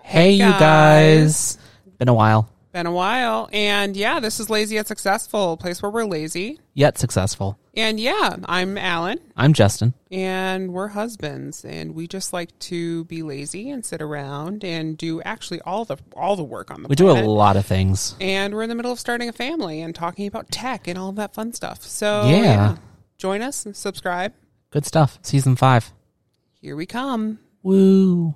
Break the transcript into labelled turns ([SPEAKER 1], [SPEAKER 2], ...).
[SPEAKER 1] Hey, you guys. Been a while.
[SPEAKER 2] Been a while. And yeah, this is Lazy Yet Successful, a place where we're lazy.
[SPEAKER 1] Yet successful.
[SPEAKER 2] And yeah, I'm Alan,
[SPEAKER 1] I'm Justin.
[SPEAKER 2] and we're husbands, and we just like to be lazy and sit around and do actually all the all the work on the
[SPEAKER 1] We do a
[SPEAKER 2] planet.
[SPEAKER 1] lot of things.
[SPEAKER 2] And we're in the middle of starting a family and talking about tech and all of that fun stuff. So
[SPEAKER 1] Yeah.
[SPEAKER 2] join us and subscribe.
[SPEAKER 1] Good stuff. Season five.
[SPEAKER 2] Here we come.
[SPEAKER 1] Woo.